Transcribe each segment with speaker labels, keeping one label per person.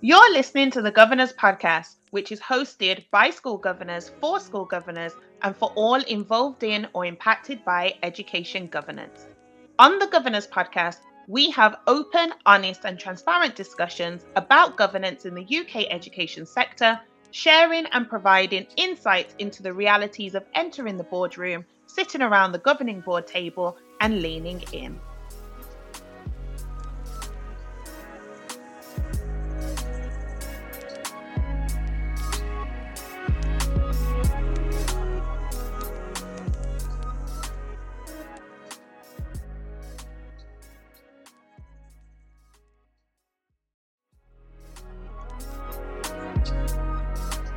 Speaker 1: You're listening to the Governors Podcast, which is hosted by school governors, for school governors, and for all involved in or impacted by education governance. On the Governors Podcast, we have open, honest, and transparent discussions about governance in the UK education sector, sharing and providing insights into the realities of entering the boardroom, sitting around the governing board table, and leaning in.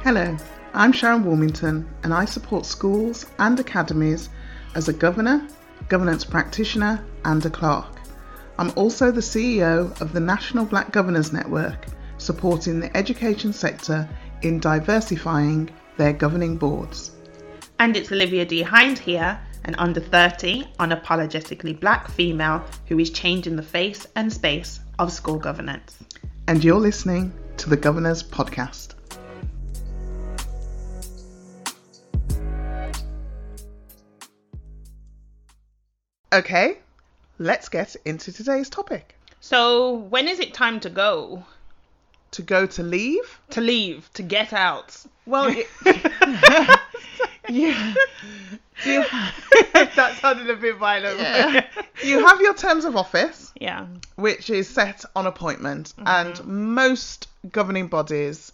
Speaker 2: Hello, I'm Sharon Wilmington and I support schools and academies as a governor, governance practitioner, and a clerk. I'm also the CEO of the National Black Governors Network, supporting the education sector in diversifying their governing boards.
Speaker 1: And it's Olivia D. Hind here, an under 30, unapologetically black female who is changing the face and space of school governance.
Speaker 2: And you're listening to the Governors Podcast. Okay, let's get into today's topic.
Speaker 1: So, when is it time to go?
Speaker 2: To go to leave?
Speaker 1: To leave? To get out?
Speaker 2: Well, yeah. Do you,
Speaker 1: that sounded a bit violent. Yeah.
Speaker 2: you have your terms of office,
Speaker 1: yeah.
Speaker 2: which is set on appointment, and most governing bodies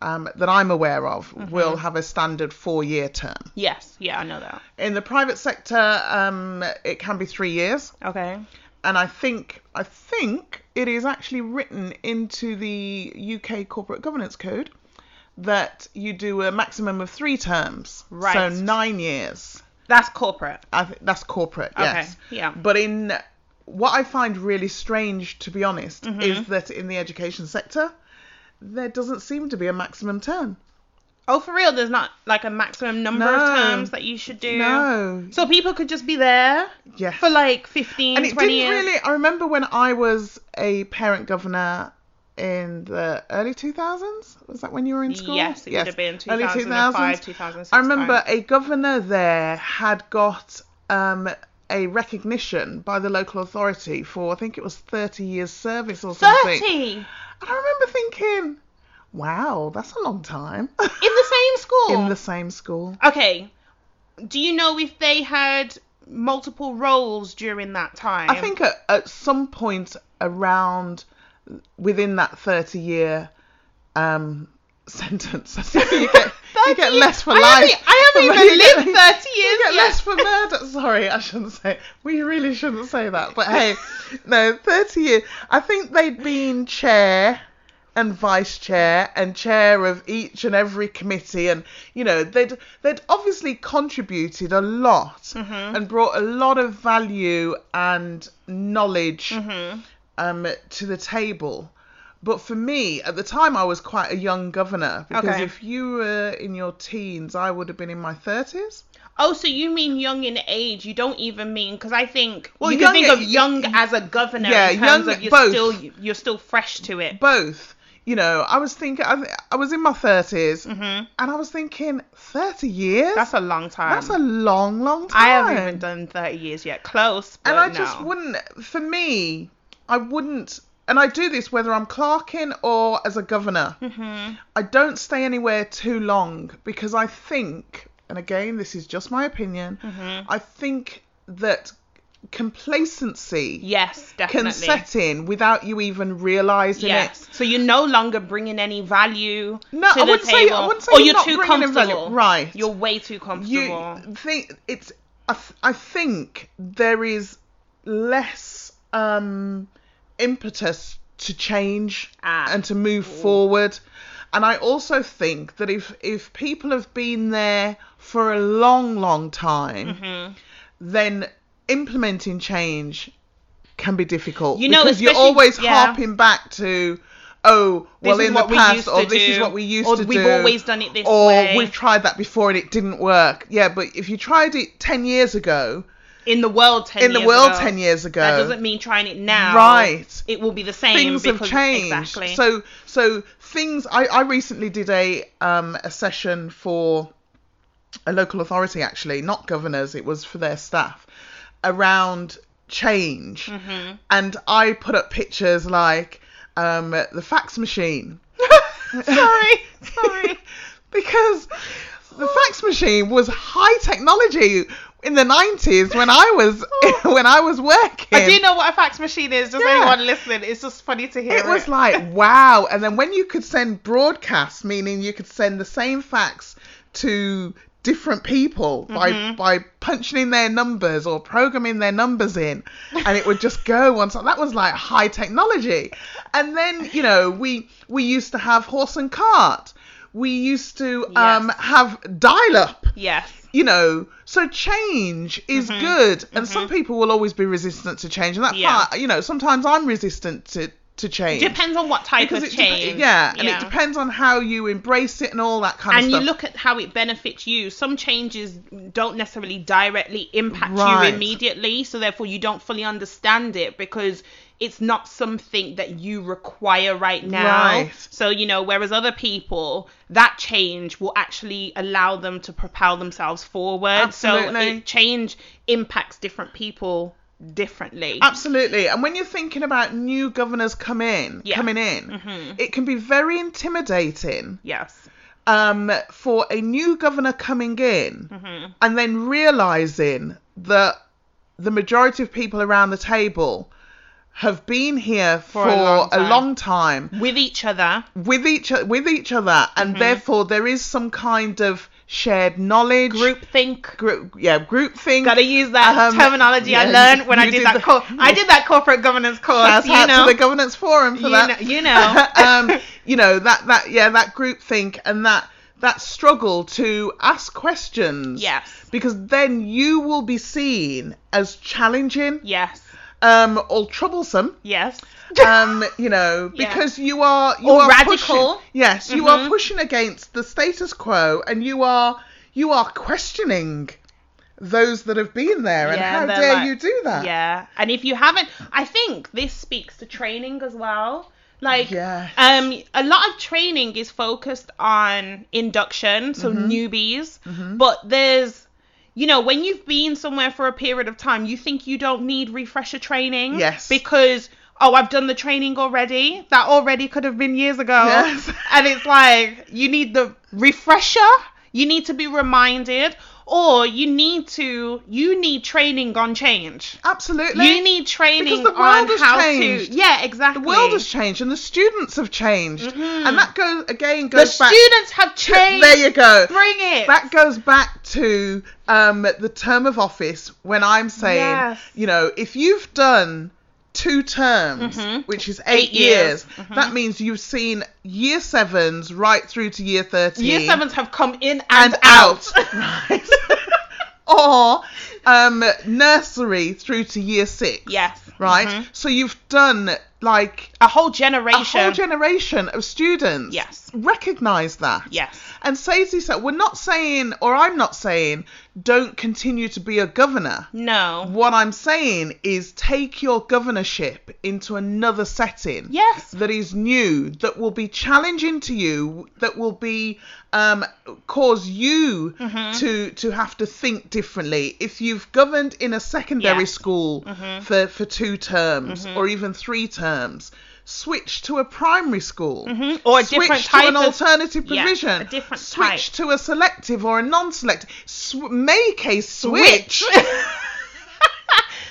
Speaker 2: um, that I'm aware of will have a standard four year term.
Speaker 1: Yes. Yeah, I know that.
Speaker 2: In the private sector, um, it can be three years,
Speaker 1: Okay.
Speaker 2: and I think I think it is actually written into the UK Corporate Governance Code that you do a maximum of three terms, so
Speaker 1: Right.
Speaker 2: nine years.
Speaker 1: That's corporate.
Speaker 2: I think that's corporate, yes.
Speaker 1: yeah.
Speaker 2: But in what I find really strange, to be honest,
Speaker 1: Mm-hmm.
Speaker 2: is that in the education sector, there doesn't seem to be a maximum term.
Speaker 1: Oh, for real? There's not like a maximum number
Speaker 2: No.
Speaker 1: of terms that you should do.
Speaker 2: No.
Speaker 1: So people could just be there
Speaker 2: Yes.
Speaker 1: for like 15,
Speaker 2: and it
Speaker 1: 20
Speaker 2: didn't
Speaker 1: years.
Speaker 2: really. I remember when I was a parent governor in the early 2000s. Was that when you were in school?
Speaker 1: Yes, it would have been
Speaker 2: Early
Speaker 1: 2005,
Speaker 2: 2000s.
Speaker 1: 2006.
Speaker 2: I remember
Speaker 1: time.
Speaker 2: a governor there had got um, a recognition by the local authority for I think it was 30 years service or something.
Speaker 1: 30 in
Speaker 2: And I remember thinking, wow, that's a long time
Speaker 1: the same school.
Speaker 2: in the same school.
Speaker 1: Okay. Do you know if they had multiple roles during that time?
Speaker 2: I think at, at some point around within that 30 year um, sentence, I think you get, you get less for
Speaker 1: I
Speaker 2: life.
Speaker 1: Haven't, e, I haven't
Speaker 2: for
Speaker 1: even
Speaker 2: murder.
Speaker 1: lived 30 years
Speaker 2: You get
Speaker 1: yet.
Speaker 2: less for murder. Sorry, I shouldn't say. We really shouldn't say that. But hey, no, 30 years. I think they'd been chair and vice chair and chair of each and every committee and you know they'd they'd obviously contributed a lot and brought a lot of value and knowledge um to the table but for me at the time I was quite a young governor because
Speaker 1: Okay.
Speaker 2: if you were in your teens I would have been in my 30s
Speaker 1: Oh, so you mean young in age? You don't even mean because I think well,
Speaker 2: Well,
Speaker 1: you can
Speaker 2: young-
Speaker 1: think of
Speaker 2: y-
Speaker 1: young as a governor.
Speaker 2: yeah,
Speaker 1: in terms
Speaker 2: young-
Speaker 1: Of you're
Speaker 2: both.
Speaker 1: still you're still fresh to it.
Speaker 2: both. You know, I was thinking, I, th- I was in my 30s and I was thinking, 30 years?
Speaker 1: Mm-hmm. That's a long time.
Speaker 2: That's a long, long time.
Speaker 1: I haven't even done thirty years yet. Close, but
Speaker 2: And I
Speaker 1: no.
Speaker 2: just wouldn't, for me, I wouldn't, and I do this whether I'm clerking or as a governor.
Speaker 1: Mm-hmm.
Speaker 2: I don't stay anywhere too long because I think, and again, this is just my opinion,
Speaker 1: Mm-hmm.
Speaker 2: I think that complacency
Speaker 1: Yes,
Speaker 2: can
Speaker 1: definitely.
Speaker 2: set in without you even realizing it.
Speaker 1: yes. So you're no longer bringing any value
Speaker 2: No,
Speaker 1: to
Speaker 2: I
Speaker 1: the
Speaker 2: wouldn't say- I
Speaker 1: table,
Speaker 2: wouldn't say
Speaker 1: or
Speaker 2: you're
Speaker 1: you're
Speaker 2: not
Speaker 1: too
Speaker 2: bringing in value.
Speaker 1: comfortable.
Speaker 2: Right.
Speaker 1: You're way too comfortable.
Speaker 2: you think it's I, th- I think there is less um impetus to change
Speaker 1: Ah.
Speaker 2: and to move forward and i also think that if if people have been there for a long long time
Speaker 1: Mm-hmm.
Speaker 2: then implementing change can be difficult
Speaker 1: You know,
Speaker 2: because you're
Speaker 1: especially-
Speaker 2: always
Speaker 1: yeah.
Speaker 2: harping back to oh well
Speaker 1: is
Speaker 2: in the
Speaker 1: what we
Speaker 2: past
Speaker 1: used
Speaker 2: or
Speaker 1: to
Speaker 2: this is
Speaker 1: do,
Speaker 2: what we used
Speaker 1: or
Speaker 2: to
Speaker 1: we've
Speaker 2: do
Speaker 1: always done it this
Speaker 2: or
Speaker 1: way.
Speaker 2: we've tried that before and it didn't work. Yeah, but if you tried it 10 years ago,
Speaker 1: in the world ten
Speaker 2: in the
Speaker 1: years
Speaker 2: world
Speaker 1: ago.
Speaker 2: 10 years ago.
Speaker 1: That doesn't mean trying it now.
Speaker 2: Right.
Speaker 1: It will be the same.
Speaker 2: things have
Speaker 1: because-
Speaker 2: changed.
Speaker 1: Exactly.
Speaker 2: So so things I, I recently did a um a session for a local authority actually, not governors, it was for their staff around change.
Speaker 1: Mm-hmm.
Speaker 2: And I put up pictures like um the fax machine
Speaker 1: sorry, sorry.
Speaker 2: because the fax machine was high technology in the 90s when I was when I was working.
Speaker 1: I do know what a fax machine is. Does
Speaker 2: Yeah.
Speaker 1: anyone listen? It's just funny to hear.
Speaker 2: it was like wow and then when you could send broadcasts meaning you could send the same fax to different people by by punching in their numbers or programming their numbers in and it would just go on so that was like high technology and then you know we we used to have horse and cart we used to um
Speaker 1: Yes.
Speaker 2: have dial up
Speaker 1: yes.
Speaker 2: you know, so change is good, and some people will always be resistant to change, and that
Speaker 1: Mm-hmm. Yeah.
Speaker 2: part, you know, sometimes I'm resistant to to change.
Speaker 1: Depends on what type
Speaker 2: Because
Speaker 1: of
Speaker 2: it dep-
Speaker 1: change.
Speaker 2: yeah, and it depends on how you embrace it and all that kind
Speaker 1: And
Speaker 2: of
Speaker 1: you
Speaker 2: stuff.
Speaker 1: look at how it benefits you. Some changes don't necessarily directly impact
Speaker 2: Right.
Speaker 1: you immediately, so therefore you don't fully understand it because it's not something that you require right now.
Speaker 2: Right.
Speaker 1: So, you know, whereas other people, that change will actually allow them to propel themselves forward.
Speaker 2: Absolutely.
Speaker 1: So, it, change impacts different people differently.
Speaker 2: Uh, Absolutely, and when you're thinking about new governors come in,
Speaker 1: Yeah. Mm-hmm.
Speaker 2: coming in, it can be very intimidating
Speaker 1: yes.
Speaker 2: um, for a new governor coming in
Speaker 1: Mm-hmm.
Speaker 2: and then realizing that the majority of people around the table have been here for,
Speaker 1: a long
Speaker 2: a
Speaker 1: time.
Speaker 2: long time
Speaker 1: With each other.
Speaker 2: with each with each other, and
Speaker 1: Mm-hmm.
Speaker 2: therefore there is some kind of shared knowledge.
Speaker 1: Group think.
Speaker 2: group, yeah, group thing.
Speaker 1: Gotta use that
Speaker 2: Um,
Speaker 1: terminology I
Speaker 2: yeah,
Speaker 1: learned when I
Speaker 2: you
Speaker 1: did,
Speaker 2: did
Speaker 1: that
Speaker 2: the-
Speaker 1: cor- I did that corporate governance course.
Speaker 2: Shout
Speaker 1: you
Speaker 2: out
Speaker 1: know,
Speaker 2: to the governance forum for
Speaker 1: you
Speaker 2: that.
Speaker 1: know, you know.
Speaker 2: um, you know that that yeah that group think and that that struggle to ask questions.
Speaker 1: Yes.
Speaker 2: Because then you will be seen as challenging,
Speaker 1: yes,
Speaker 2: um, or troublesome.
Speaker 1: yes,
Speaker 2: Um, you know,
Speaker 1: Yeah.
Speaker 2: because you are you
Speaker 1: Or
Speaker 2: are
Speaker 1: radical. Mm-hmm.
Speaker 2: pushing- yes, you are pushing against the status quo, and you are you are questioning those that have been there, and
Speaker 1: Yeah,
Speaker 2: how
Speaker 1: they're
Speaker 2: dare
Speaker 1: like-
Speaker 2: you do that?
Speaker 1: yeah. And if you haven't, I think this speaks to training as well. Like,
Speaker 2: Yes.
Speaker 1: um, a lot of training is focused on induction, so
Speaker 2: Mm-hmm.
Speaker 1: newbies. But there's, you know, when you've been somewhere for a period of time, you think you don't need refresher training.
Speaker 2: Yes.
Speaker 1: Because oh, I've done the training already. That already could have been years ago.
Speaker 2: Yes.
Speaker 1: And it's like you need the refresher. You need to be reminded, or you need to you need training on change.
Speaker 2: Absolutely.
Speaker 1: You need training
Speaker 2: Because the
Speaker 1: on
Speaker 2: world has
Speaker 1: how
Speaker 2: changed.
Speaker 1: to. Yeah, exactly. Mm-hmm.
Speaker 2: the world has changed and the students have changed and that goes again
Speaker 1: The
Speaker 2: goes back
Speaker 1: students have changed.
Speaker 2: there you go
Speaker 1: Bring it.
Speaker 2: that goes back to um, the term of office when i'm saying
Speaker 1: Yes.
Speaker 2: you know if you've done two terms which is eight,
Speaker 1: Mm-hmm. Eight years. Mm-hmm.
Speaker 2: years, that means you've seen year sevens right through to year 13
Speaker 1: Year sevens have come in and,
Speaker 2: and out right or um, nursery through to year six
Speaker 1: yes.
Speaker 2: right
Speaker 1: Mm-hmm.
Speaker 2: so you've done like
Speaker 1: A whole generation.
Speaker 2: a whole generation of students
Speaker 1: Yes.
Speaker 2: recognize that.
Speaker 1: yes.
Speaker 2: And Stacey said, we're not saying, or I'm not saying, don't continue to be a governor.
Speaker 1: No.
Speaker 2: What I'm saying is take your governorship into another setting
Speaker 1: Yes.
Speaker 2: that is new, that will be challenging to you, that will be um, cause you
Speaker 1: Mm-hmm.
Speaker 2: to to have to think differently. If you've governed in a secondary
Speaker 1: Yeah.
Speaker 2: school
Speaker 1: Mm-hmm.
Speaker 2: for for two terms or even three terms, switch to a primary school.
Speaker 1: Mm-hmm. Or a
Speaker 2: Switch
Speaker 1: different
Speaker 2: to
Speaker 1: type
Speaker 2: an
Speaker 1: of-
Speaker 2: alternative
Speaker 1: yeah, a
Speaker 2: provision.
Speaker 1: different
Speaker 2: switch
Speaker 1: type.
Speaker 2: to a selective or a non-selective. Sw- make a switch.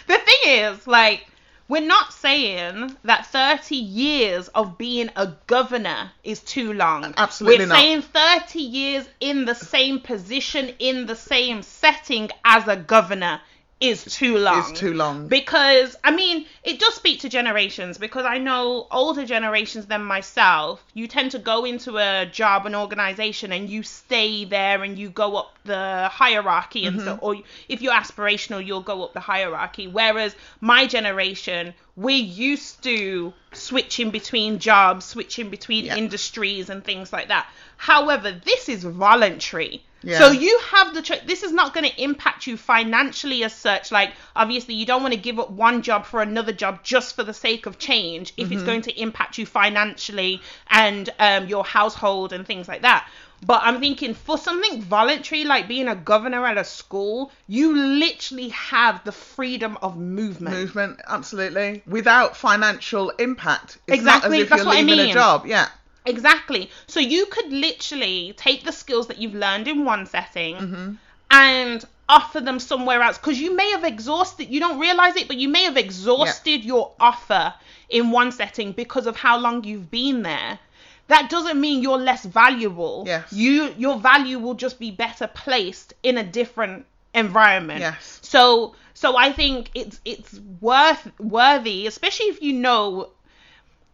Speaker 1: the thing is, like, we're not saying that 30 years of being a governor is too long.
Speaker 2: Absolutely
Speaker 1: we're
Speaker 2: not.
Speaker 1: saying 30 years in the same position, in the same setting as a governor is too long.
Speaker 2: It's too long.
Speaker 1: Because, I mean, it does speak to generations because I know older generations than myself, you tend to go into a job, an organization, and you stay there and you go up the hierarchy.
Speaker 2: Mm-hmm.
Speaker 1: And so, or if you're aspirational, you'll go up the hierarchy. Whereas my generation, we're used to switching between jobs, switching between
Speaker 2: Yeah.
Speaker 1: industries, and things like that. However, this is voluntary.
Speaker 2: Yeah.
Speaker 1: So you have the choice. This is not going to impact you financially as such. Like, obviously, you don't want to give up one job for another job just for the sake of change if it's going to impact you financially and um, your household and things like that. But I'm thinking for something voluntary, like being a governor at a school, you literally have the freedom of movement.
Speaker 2: movement absolutely without financial impact. It's Not
Speaker 1: Exactly,
Speaker 2: as if
Speaker 1: that's
Speaker 2: you're
Speaker 1: what I
Speaker 2: leaving a
Speaker 1: mean.
Speaker 2: job. Yeah.
Speaker 1: Exactly. So you could literally take the skills that you've learned in one setting
Speaker 2: Mm-hmm.
Speaker 1: and offer them somewhere else because you may have exhausted, you don't realize it, but you may have exhausted your offer in one setting because of how long you've been there. That doesn't mean you're less valuable.
Speaker 2: Yes.
Speaker 1: You your value will just be better placed in a different environment.
Speaker 2: Yes.
Speaker 1: So so I think it's it's worth worthy, especially if you know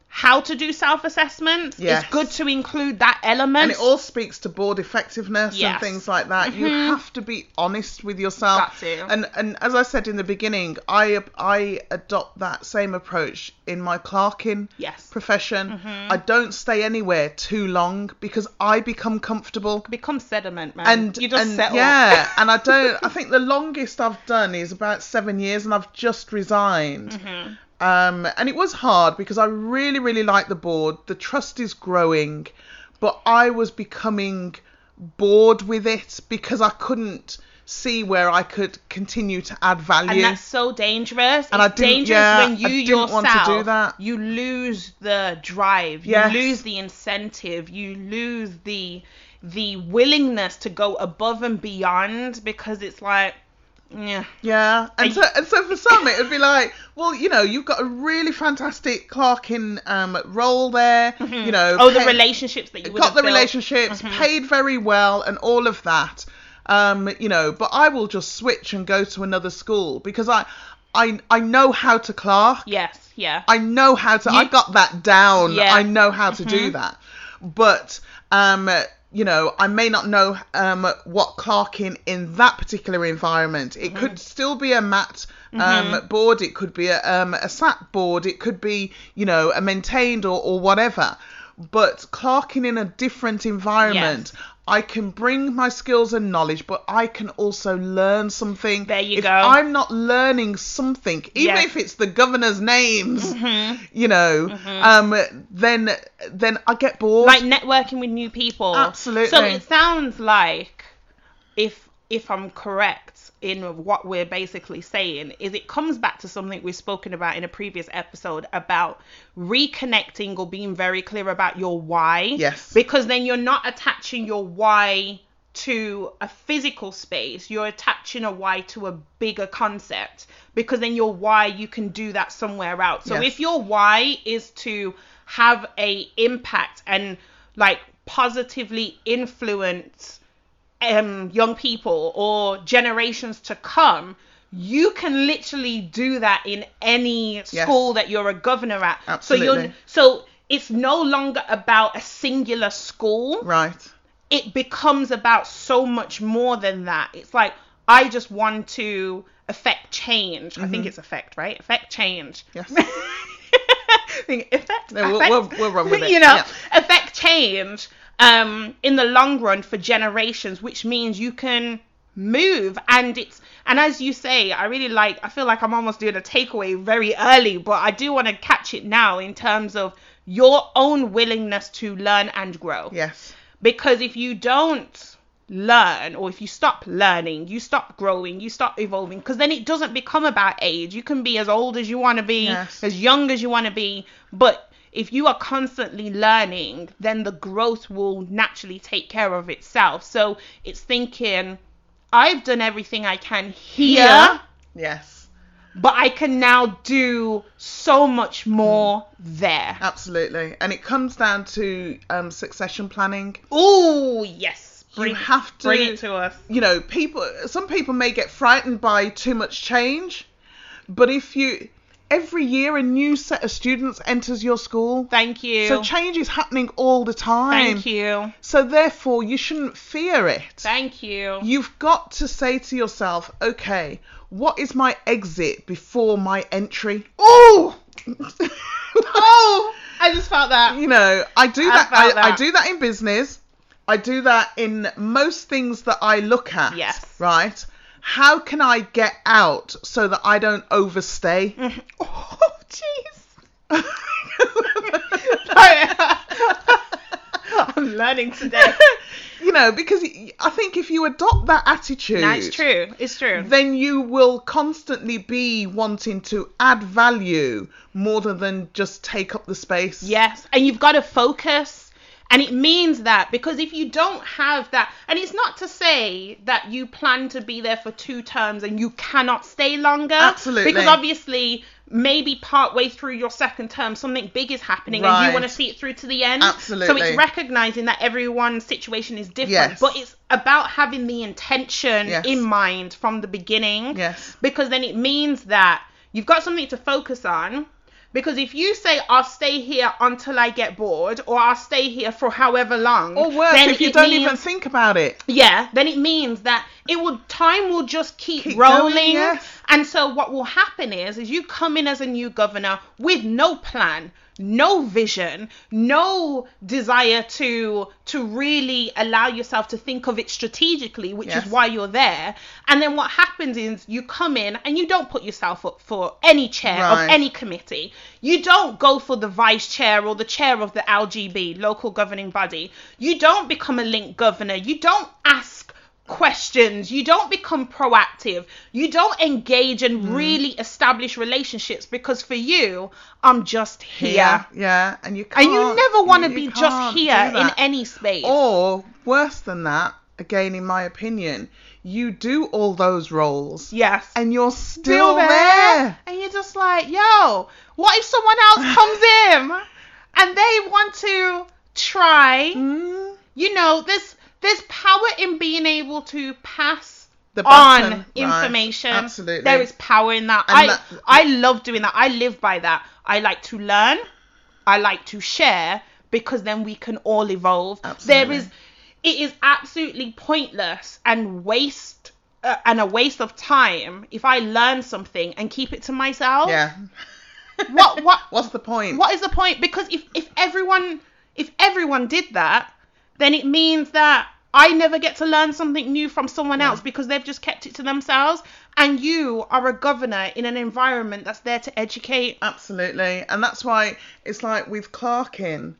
Speaker 1: how to do self-assessment.
Speaker 2: Yes.
Speaker 1: It's good to include that element.
Speaker 2: And it all speaks to board effectiveness and
Speaker 1: Yes. Mm-hmm.
Speaker 2: things like that. You have to be honest with yourself.
Speaker 1: Got to.
Speaker 2: And and as I said in the beginning, I I adopt that same approach in my clerking
Speaker 1: yes. Mm-hmm.
Speaker 2: profession. I don't stay anywhere too long because I become comfortable.
Speaker 1: Become sediment, man.
Speaker 2: And
Speaker 1: you just
Speaker 2: and,
Speaker 1: settle.
Speaker 2: Yeah, and I don't. I think the longest I've done is about seven years, and I've just resigned.
Speaker 1: Mm-hmm.
Speaker 2: Um, and it was hard because I really, really like the board. The trust is growing, but I was becoming bored with it because I couldn't see where I could continue to add value.
Speaker 1: And that's so dangerous.
Speaker 2: And
Speaker 1: And
Speaker 2: I
Speaker 1: it's
Speaker 2: didn't-
Speaker 1: dangerous
Speaker 2: yeah,
Speaker 1: when you
Speaker 2: I didn't
Speaker 1: yourself
Speaker 2: want to do that.
Speaker 1: you lose the drive, you
Speaker 2: Yes.
Speaker 1: lose the incentive, you lose the the willingness to go above and beyond because it's like, yeah,
Speaker 2: Yeah,
Speaker 1: I-
Speaker 2: and so and so for some it would be like, well, you know, you've got a really fantastic clerking um, role there. You know,
Speaker 1: oh the
Speaker 2: pay-
Speaker 1: relationships that you would
Speaker 2: got
Speaker 1: have
Speaker 2: the
Speaker 1: built.
Speaker 2: relationships, paid very well, and all of that. Um, you know, but I will just switch and go to another school because I, I, I know how to clerk.
Speaker 1: Yes, yeah.
Speaker 2: I know how to. I got that down.
Speaker 1: Yeah. Mm-hmm.
Speaker 2: I know how to do that. But um, you know, I may not know um what clerking in that particular environment. It
Speaker 1: Mm-hmm.
Speaker 2: could still be a mat um board. It could be a um a sat board. It could be you know a maintained or or whatever. But clerking in a different environment. I can bring my skills and knowledge, but I can also learn something.
Speaker 1: There you
Speaker 2: if
Speaker 1: go.
Speaker 2: I'm not learning something, even
Speaker 1: Yes.
Speaker 2: if it's the governor's names,
Speaker 1: Mm-hmm.
Speaker 2: you know, um, then then I get bored.
Speaker 1: like networking with new people.
Speaker 2: Absolutely.
Speaker 1: So it sounds like if if I'm correct in what we're basically saying is it comes back to something we've spoken about in a previous episode about reconnecting or being very clear about your why.
Speaker 2: Yes.
Speaker 1: Because then you're not attaching your why to a physical space, you're attaching a why to a bigger concept because then your why you can do that somewhere else. So
Speaker 2: Yes.
Speaker 1: if your why is to have a impact and like positively influence um young people or generations to come you can literally do that in any school that you're a governor at so
Speaker 2: Absolutely.
Speaker 1: you're so it's no longer about a singular school
Speaker 2: right.
Speaker 1: it becomes about so much more than that. It's like I just want to affect change. I think it's affect, right? Affect change.
Speaker 2: Yes.
Speaker 1: I think affect.
Speaker 2: No, we'll-
Speaker 1: affect-
Speaker 2: we'll- we'll run with it.
Speaker 1: You know,
Speaker 2: Yeah.
Speaker 1: affect change um, in the long run for generations, which means you can move and it's and as you say i really like i feel like i'm almost doing a takeaway very early but i do want to catch it now in terms of your own willingness to learn and grow
Speaker 2: Yes.
Speaker 1: because if you don't learn or if you stop learning you stop growing you stop evolving because then it doesn't become about age you can be as old as you want to be
Speaker 2: Yes.
Speaker 1: as young as you want to be but if you are constantly learning then the growth will naturally take care of itself so it's thinking i've done everything i can here
Speaker 2: Yes.
Speaker 1: but i can now do so much more
Speaker 2: Mm.
Speaker 1: there
Speaker 2: Uh, Absolutely. And it comes down to um, succession planning.
Speaker 1: oh yes bring,
Speaker 2: you have to
Speaker 1: bring it to us
Speaker 2: you know, people some people may get frightened by too much change, but if you every year a new set of students enters your school.
Speaker 1: thank you
Speaker 2: So change is happening all the time.
Speaker 1: Thank you.
Speaker 2: So therefore you shouldn't fear it.
Speaker 1: Thank you.
Speaker 2: You've got to say to yourself, okay, what is my exit before my entry? Oh,
Speaker 1: oh, I just felt that.
Speaker 2: you know, I do
Speaker 1: I
Speaker 2: that. I,
Speaker 1: felt
Speaker 2: I
Speaker 1: that.
Speaker 2: do that in business. I do that in most things that I look at.
Speaker 1: Yes.
Speaker 2: Right? How can I get out so that I don't overstay?
Speaker 1: oh, jeez. I'm learning today.
Speaker 2: you know, because y- I think if you adopt that attitude,
Speaker 1: No, it's true. It's true.
Speaker 2: then you will constantly be wanting to add value more than- than just take up the space.
Speaker 1: Yes, and you've got to focus. And it means that because if you don't have that, and it's not to say that you plan to be there for two terms and you cannot stay longer.
Speaker 2: Absolutely.
Speaker 1: Because obviously, maybe part way through your second term, something big is happening and you
Speaker 2: Right.
Speaker 1: want to see it through to the end. So
Speaker 2: Absolutely.
Speaker 1: it's recognizing that everyone's situation is different,
Speaker 2: Yes.
Speaker 1: but it's about having the intention
Speaker 2: Yes.
Speaker 1: in mind from the beginning
Speaker 2: Yes.
Speaker 1: because then it means that you've got something to focus on. Because if you say I'll stay here until I get bored, or I'll stay here for however long,
Speaker 2: Or worse,
Speaker 1: then
Speaker 2: if you
Speaker 1: it
Speaker 2: don't
Speaker 1: means-
Speaker 2: even think about it.
Speaker 1: yeah, then it means that it will time will just keep,
Speaker 2: Keep
Speaker 1: rolling.
Speaker 2: going, yes.
Speaker 1: And so what will happen is is you come in as a new governor with no plan, no vision, no desire to to really allow yourself to think of it strategically, which
Speaker 2: Yes.
Speaker 1: is why you're there. And then what happens is you come in and you don't put yourself up for any chair
Speaker 2: Right.
Speaker 1: of any committee. You don't go for the vice chair or the chair of the LGB, local governing body. You don't become a link governor. You don't ask questions. You don't become proactive. You don't engage and
Speaker 2: Hmm.
Speaker 1: really establish relationships because for you, I'm just here.
Speaker 2: Yeah. And you can't.
Speaker 1: And you never want to
Speaker 2: you
Speaker 1: be just
Speaker 2: can't do
Speaker 1: here in
Speaker 2: that. Oh,
Speaker 1: any space.
Speaker 2: Or worse than that, again, in my opinion, you do all those roles
Speaker 1: yes.
Speaker 2: and you're still,
Speaker 1: still
Speaker 2: there.
Speaker 1: there. And you're just like, yo, what if someone else comes in and they want to try?
Speaker 2: Mm,
Speaker 1: You know, there's there's power in being able to pass
Speaker 2: the
Speaker 1: on
Speaker 2: button, right,
Speaker 1: information.
Speaker 2: Absolutely.
Speaker 1: There is power in that.
Speaker 2: And
Speaker 1: I
Speaker 2: that-
Speaker 1: I love doing that. I live by that. I like to learn. I like to share because then we can all evolve. There
Speaker 2: Absolutely.
Speaker 1: is it is absolutely pointless and waste uh, and a waste of time if I learn something and keep it to myself.
Speaker 2: Yeah.
Speaker 1: What what
Speaker 2: What's the point?
Speaker 1: what is the point? Because if if everyone if everyone did that, then it means that I never get to learn something new from someone else because they've just kept it to themselves. And you are a governor in an environment that's there to educate. um,
Speaker 2: Absolutely. And that's why it's like with clerking,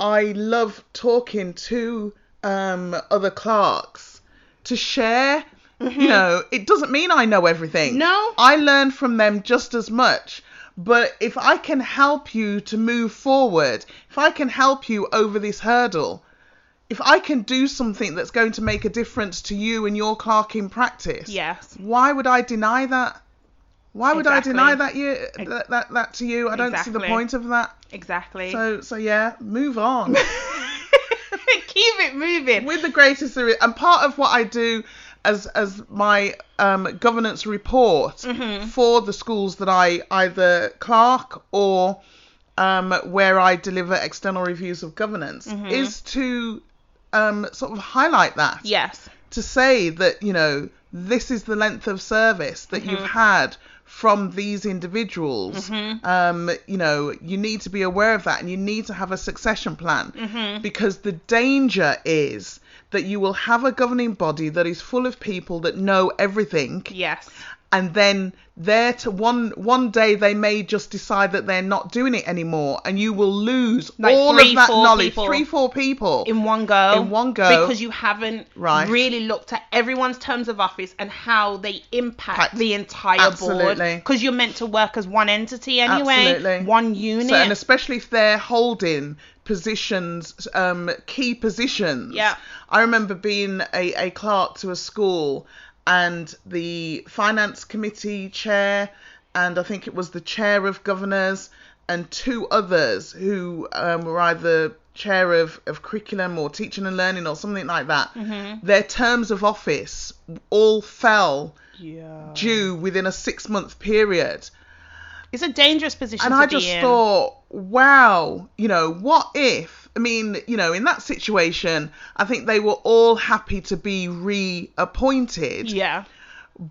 Speaker 2: I love talking to um, other clerks to share. You know, it doesn't mean I know everything.
Speaker 1: No.
Speaker 2: I learn from them just as much. But if I can help you to move forward, if I can help you over this hurdle, if I can do something that's going to make a difference to you and your clerking practice,
Speaker 1: Yes.
Speaker 2: why would I deny that? Why would
Speaker 1: Exactly.
Speaker 2: I deny that you that, that that to you? I don't see the
Speaker 1: Exactly.
Speaker 2: point of that.
Speaker 1: Exactly.
Speaker 2: So so yeah, move on.
Speaker 1: Keep it moving.
Speaker 2: With the greatest there is, and part of what I do as as my um, governance report
Speaker 1: Mm-hmm.
Speaker 2: for the schools that I either clerk or um, where I deliver external reviews of governance
Speaker 1: Mm-hmm.
Speaker 2: is to um, sort of highlight that
Speaker 1: yes.
Speaker 2: to say that you know this is the length of service that you've
Speaker 1: Mm-hmm.
Speaker 2: had from these individuals um you know you need to be aware of that and you need to have a succession plan
Speaker 1: Mm-hmm.
Speaker 2: because the danger is that you will have a governing body that is full of people that know everything
Speaker 1: Yes.
Speaker 2: and then there to one one day they may just decide that they're not doing it anymore and you will lose
Speaker 1: Like
Speaker 2: all
Speaker 1: three,
Speaker 2: of that
Speaker 1: four
Speaker 2: knowledge
Speaker 1: people.
Speaker 2: three four people
Speaker 1: In one go.
Speaker 2: In one go.
Speaker 1: Because you haven't
Speaker 2: Right.
Speaker 1: really looked at everyone's terms of office and how they impact
Speaker 2: Impact.
Speaker 1: the entire board.
Speaker 2: Absolutely.
Speaker 1: Because you're meant to work as one entity anyway.
Speaker 2: Absolutely.
Speaker 1: One unit.
Speaker 2: So, and especially if they're holding positions, um, key positions.
Speaker 1: Yeah.
Speaker 2: I remember being a, a clerk to a school, and the finance committee chair, and I think it was the chair of governors, and two others who um, were either chair of, of curriculum or teaching and learning or something like that. Their terms of office all fell
Speaker 1: yeah.
Speaker 2: due within a six month period.
Speaker 1: It's a dangerous position
Speaker 2: And
Speaker 1: to
Speaker 2: I
Speaker 1: be
Speaker 2: just
Speaker 1: in.
Speaker 2: thought, wow, you know, what if? I mean, you know, in that situation, I think they were all happy to be reappointed,
Speaker 1: yeah,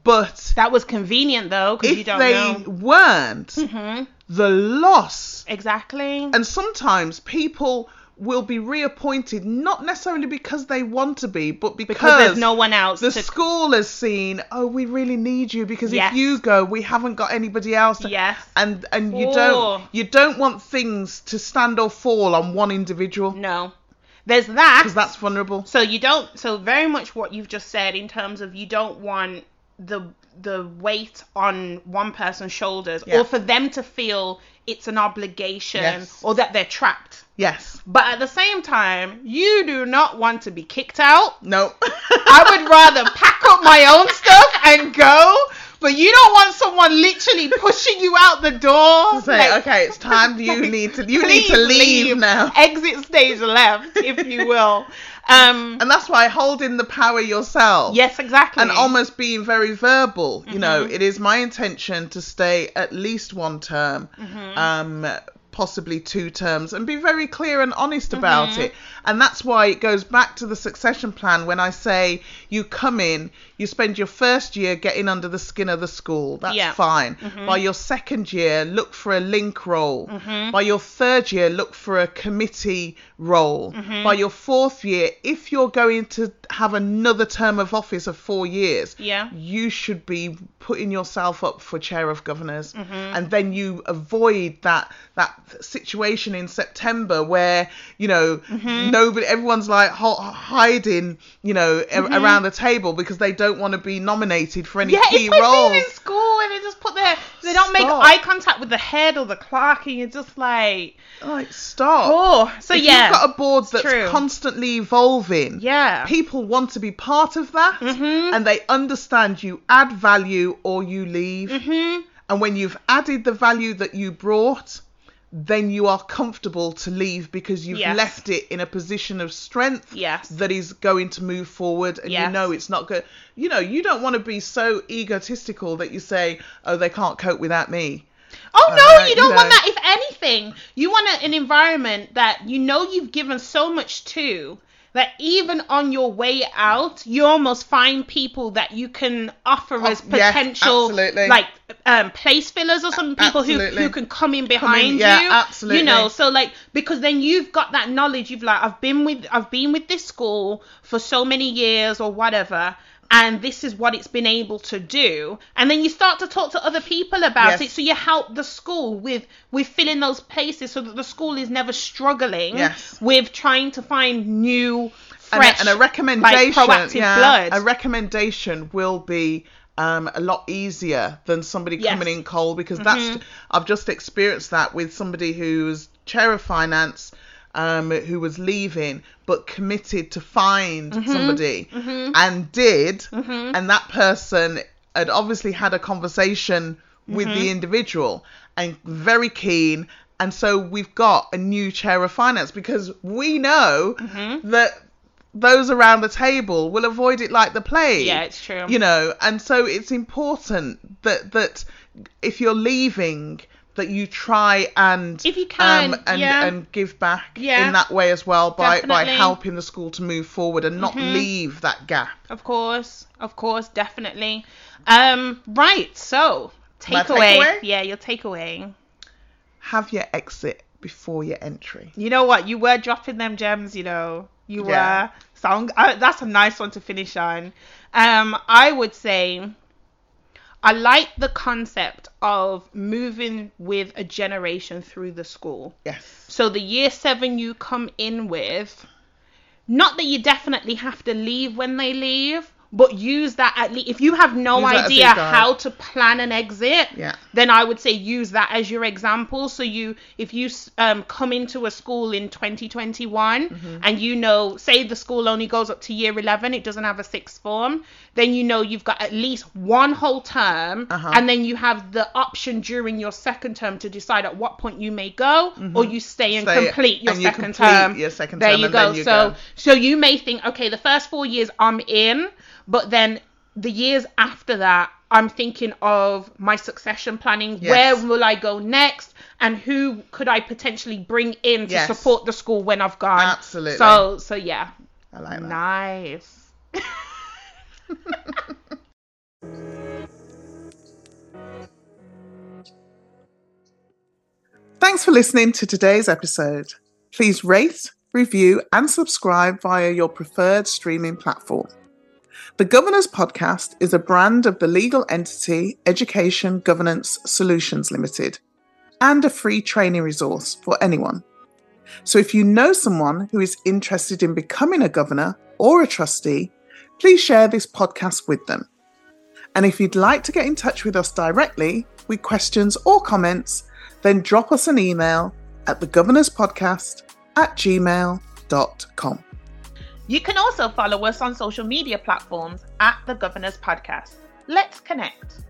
Speaker 2: but
Speaker 1: that was convenient though, because you
Speaker 2: if
Speaker 1: don't
Speaker 2: they
Speaker 1: know.
Speaker 2: weren't,
Speaker 1: Mhm.
Speaker 2: the loss.
Speaker 1: Exactly.
Speaker 2: And sometimes people will be reappointed, not necessarily because they want to be, but because,
Speaker 1: because there's no one else.
Speaker 2: the
Speaker 1: to,
Speaker 2: school has seen, oh, we really need you because
Speaker 1: Yes.
Speaker 2: if you go, we haven't got anybody else. to-"
Speaker 1: yes.
Speaker 2: And and you
Speaker 1: Ooh.
Speaker 2: don't you don't want things to stand or fall on one individual
Speaker 1: no. There's that.
Speaker 2: because that's vulnerable.
Speaker 1: So you don't. So very much what you've just said in terms of you don't want the the weight on one person's shoulders,
Speaker 2: Yeah.
Speaker 1: or for them to feel it's an obligation,
Speaker 2: Yes.
Speaker 1: or that they're trapped.
Speaker 2: Yes.
Speaker 1: But at the same time, you do not want to be kicked out.
Speaker 2: No.
Speaker 1: I would rather pack up my own stuff and go. But you don't want someone literally pushing you out the door.
Speaker 2: Say,
Speaker 1: like,
Speaker 2: okay, it's time you need to you need
Speaker 1: please
Speaker 2: to leave, now.
Speaker 1: Exit stage left, if you will. Um,
Speaker 2: And that's why holding the power yourself.
Speaker 1: yes, exactly.
Speaker 2: And almost being very verbal. You know,
Speaker 1: Mhm.
Speaker 2: it is my intention to stay at least one term,
Speaker 1: Mhm.
Speaker 2: um, possibly two terms, and be very clear and honest about
Speaker 1: Mhm.
Speaker 2: it. And that's why it goes back to the succession plan when I say you come in, you spend your first year getting under the skin of the school. That's
Speaker 1: Yeah.
Speaker 2: fine.
Speaker 1: Mhm.
Speaker 2: By your second year, look for a link role.
Speaker 1: Mhm.
Speaker 2: By your third year, look for a committee role.
Speaker 1: Mhm.
Speaker 2: By your fourth year, if you're going to have another term of office of four years,
Speaker 1: Yeah.
Speaker 2: you should be putting yourself up for chair of governors.
Speaker 1: Mhm.
Speaker 2: And then you avoid that that situation in September where, you know,
Speaker 1: Mm-hmm.
Speaker 2: nobody everyone's like ho- hiding, you know, a- around the table because they don't want to be nominated for any
Speaker 1: Mm-hmm. Yeah,
Speaker 2: key
Speaker 1: it's like
Speaker 2: roles.
Speaker 1: being in school and they just put their they don't make
Speaker 2: Stop.
Speaker 1: eye contact with the head or the clerk and you're just like
Speaker 2: Like stop.
Speaker 1: oh so
Speaker 2: if
Speaker 1: yeah
Speaker 2: you've got a board that's
Speaker 1: true.
Speaker 2: constantly evolving,
Speaker 1: yeah
Speaker 2: people want to be part of that
Speaker 1: Mhm.
Speaker 2: and they understand you add value or you leave.
Speaker 1: Mhm.
Speaker 2: And when you've added the value that you brought, then you are comfortable to leave because you've
Speaker 1: Yes.
Speaker 2: left it in a position of strength
Speaker 1: yes
Speaker 2: that is going to move forward and
Speaker 1: Yes.
Speaker 2: you know it's not good. You know, you don't want to be so egotistical that you say, oh, they can't cope without me.
Speaker 1: oh no
Speaker 2: Alright,
Speaker 1: you don't
Speaker 2: you
Speaker 1: want
Speaker 2: know.
Speaker 1: that if anything you want a- an environment that you know you've given so much to that even on your way out you almost find people that you can offer as
Speaker 2: Oh, yes,
Speaker 1: potential
Speaker 2: absolutely.
Speaker 1: like um place fillers or some people who,
Speaker 2: absolutely.
Speaker 1: who can come in behind
Speaker 2: yeah,
Speaker 1: you you
Speaker 2: absolutely.
Speaker 1: know so like because then you've got that knowledge you've like i've been with i've been with this school for so many years or whatever and this is what it's been able to do and then you start to talk to other people about
Speaker 2: Yes.
Speaker 1: it so you help the school with with filling those places so that the school is never struggling
Speaker 2: Yes.
Speaker 1: with trying to find new
Speaker 2: And a-
Speaker 1: fresh
Speaker 2: and a, recommendation,
Speaker 1: proactive
Speaker 2: yeah,
Speaker 1: blood.
Speaker 2: a recommendation will be um, a lot easier than somebody
Speaker 1: Yes. Mm-hmm.
Speaker 2: coming in cold because that's I've just experienced that with somebody who was chair of finance. Um, who was leaving but committed to find
Speaker 1: Mm-hmm.
Speaker 2: somebody and did and that person had obviously had a conversation with
Speaker 1: Mm-hmm.
Speaker 2: the individual and very keen and so we've got a new chair of finance because we know
Speaker 1: Mm-hmm.
Speaker 2: that those around the table will avoid it like the plague.
Speaker 1: Yeah, it's true.
Speaker 2: You know, and so it's important that that if you're leaving, that you try and um,
Speaker 1: If you can,
Speaker 2: and
Speaker 1: yeah.
Speaker 2: and give back
Speaker 1: Yeah.
Speaker 2: in that way as well by by
Speaker 1: Definitely. Mm-hmm.
Speaker 2: helping the school to move forward and not leave that gap.
Speaker 1: Of course, of course, definitely. Um, right, so
Speaker 2: My
Speaker 1: takeaway.
Speaker 2: takeaway?
Speaker 1: Yeah, your takeaway.
Speaker 2: Have your exit before your entry.
Speaker 1: You know what? You were dropping them gems. You know, you
Speaker 2: Yeah.
Speaker 1: were. So I'm- I- that's a nice one to finish on. Um, I would say I like the concept of moving with a generation through the school.
Speaker 2: Yes.
Speaker 1: So the year seven you come in with, not that you definitely have to leave when they leave, but use that at least if you have no
Speaker 2: Use that as
Speaker 1: idea
Speaker 2: your guide.
Speaker 1: how to plan an exit.
Speaker 2: Yeah.
Speaker 1: Then I would say use that as your example. So you, if you s- um, come into a school in 2021
Speaker 2: Mm-hmm.
Speaker 1: and you know, say the school only goes up to year 11, it doesn't have a sixth form, then you know you've got at least one whole term,
Speaker 2: Uh-huh.
Speaker 1: and then you have the option during your second term to decide at what point you may go or you stay and
Speaker 2: Mm-hmm. Stay-
Speaker 1: complete your
Speaker 2: and you
Speaker 1: second
Speaker 2: complete
Speaker 1: term.
Speaker 2: your second
Speaker 1: there
Speaker 2: term
Speaker 1: you
Speaker 2: and
Speaker 1: go.
Speaker 2: then you
Speaker 1: so
Speaker 2: go.
Speaker 1: so you may think, okay, the first four years I'm in, but then the years after that, I'm thinking of my succession planning.
Speaker 2: Yes.
Speaker 1: Where will I go next? And who could I potentially bring in to
Speaker 2: Yes.
Speaker 1: support the school when I've gone?
Speaker 2: Absolutely.
Speaker 1: So so yeah.
Speaker 2: I like that.
Speaker 1: Nice.
Speaker 2: Thanks for listening to today's episode. Please rate, review, and subscribe via your preferred streaming platform. The Governors Podcast is a brand of the legal entity Education Governance Solutions Limited and a free training resource for anyone. So if you know someone who is interested in becoming a governor or a trustee, please share this podcast with them. And if you'd like to get in touch with us directly with questions or comments, then drop us an email at thegovernorspodcast at gmail.com.
Speaker 1: You can also follow us on social media platforms at The Governors Podcast. Let's connect.